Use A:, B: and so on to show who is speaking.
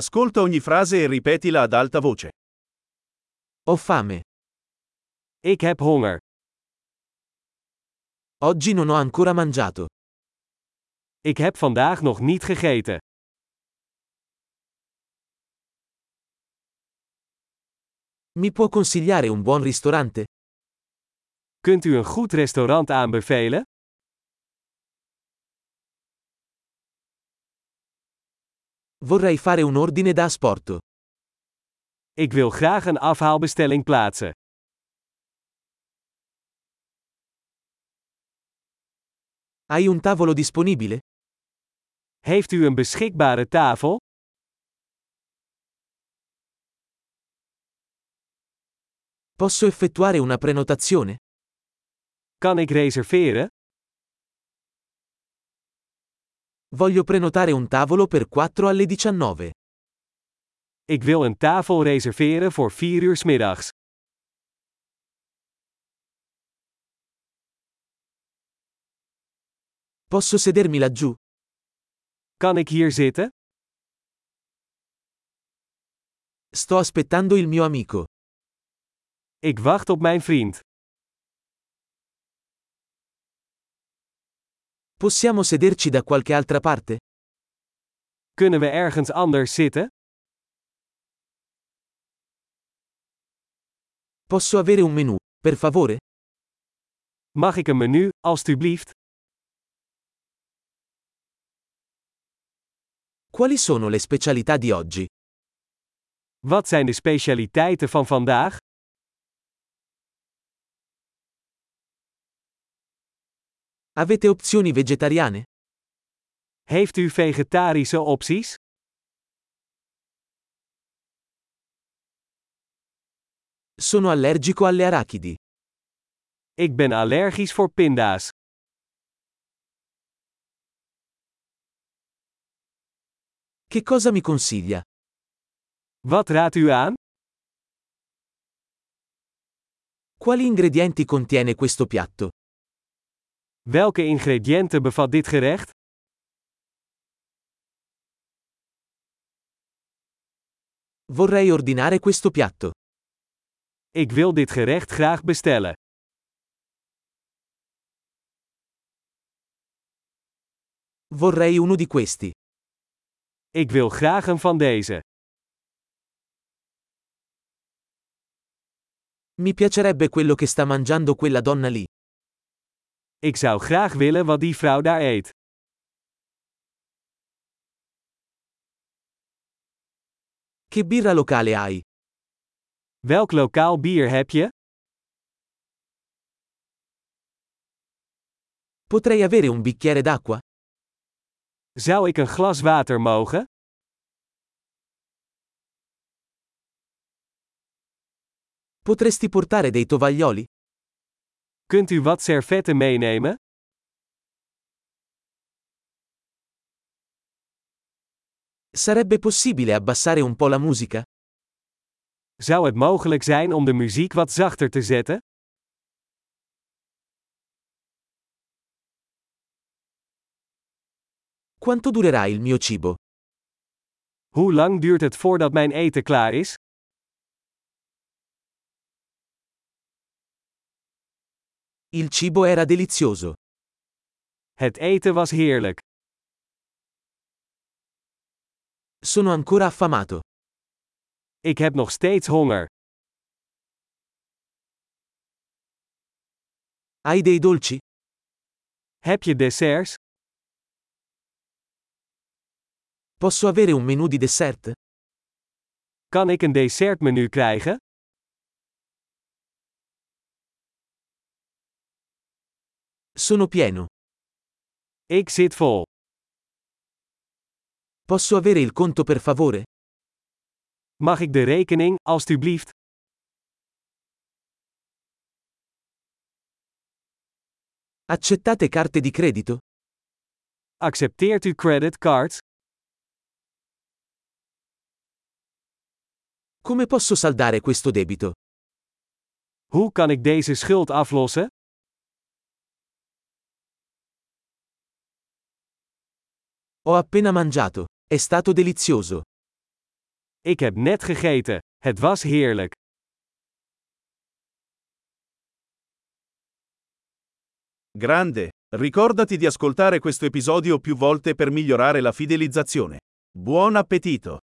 A: Ascolta ogni frase e ripetila ad alta voce.
B: Ho fame.
C: Ik heb honger.
B: Oggi non ho ancora mangiato.
C: Ik heb vandaag nog niet gegeten.
B: Mi può consigliare un buon ristorante?
C: Kunt u een goed restaurant aanbevelen?
B: Vorrei fare un ordine da asporto.
C: Ik wil graag een afhaalbestelling plaatsen.
B: Hai un tavolo disponibile?
C: Heeft u een beschikbare tafel?
B: Posso effettuare una prenotazione?
C: Kan ik reserveren?
B: Voglio prenotare un tavolo per 4 alle 19.
C: Ik wil een tafel reserveren voor 4 uur 's middags.
B: Posso sedermi laggiù?
C: Kan ik hier zitten?
B: Sto aspettando il mio amico.
C: Ik wacht op mijn vriend.
B: Possiamo sederci da qualche altra parte?
C: Kunnen we ergens anders zitten?
B: Posso avere un menù, per favore?
C: Mag ik een menu, alstublieft?
B: Quali sono le specialità di oggi?
C: Wat zijn de specialiteiten van vandaag?
B: Avete opzioni vegetariane?
C: Heeft u vegetarische opties?
B: Sono allergico alle arachidi.
C: Ik ben allergisch voor pinda's.
B: Che cosa mi consiglia?
C: Wat raadt u aan?
B: Quali ingredienti contiene questo piatto?
C: Welke ingrediënten bevat dit gerecht?
B: Vorrei ordinare questo piatto.
C: Ik wil dit gerecht graag bestellen.
B: Vorrei uno di questi.
C: Ik wil graag een van deze.
B: Mi piacerebbe quello che sta mangiando quella donna lì.
C: Ik zou graag willen wat die vrouw daar eet.
B: Che birra locale hai?
C: Welk lokaal bier heb je?
B: Potrei avere un bicchiere d'acqua?
C: Zou ik een glas water mogen?
B: Potresti portare dei tovaglioli?
C: Kunt u wat servetten meenemen?
B: Sarebbe possibile abbassare un po' la musica?
C: Zou het mogelijk zijn om de muziek wat zachter te zetten?
B: Quanto durerà il mio cibo?
C: Hoe lang duurt het voordat mijn eten klaar is?
B: Il cibo era delizioso.
C: Het eten was heerlijk.
B: Sono ancora affamato.
C: Ik heb nog steeds honger.
B: Hai dei dolci?
C: Heb je desserts?
B: Posso avere un menù di dessert?
C: Kan ik een dessertmenu krijgen?
B: Sono pieno.
C: Ik zit vol.
B: Posso avere il conto per favore?
C: Mag ik de rekening, alstublieft?
B: Accettate carte di credito?
C: Accepteert u creditcards?
B: Come posso saldare questo debito?
C: Hoe kan ik deze schuld aflossen?
B: Ho appena mangiato. È stato delizioso.
C: Ik heb net gegeten. Het was heerlijk.
B: Grande. Ricordati di ascoltare questo episodio più volte per migliorare la fidelizzazione. Buon appetito!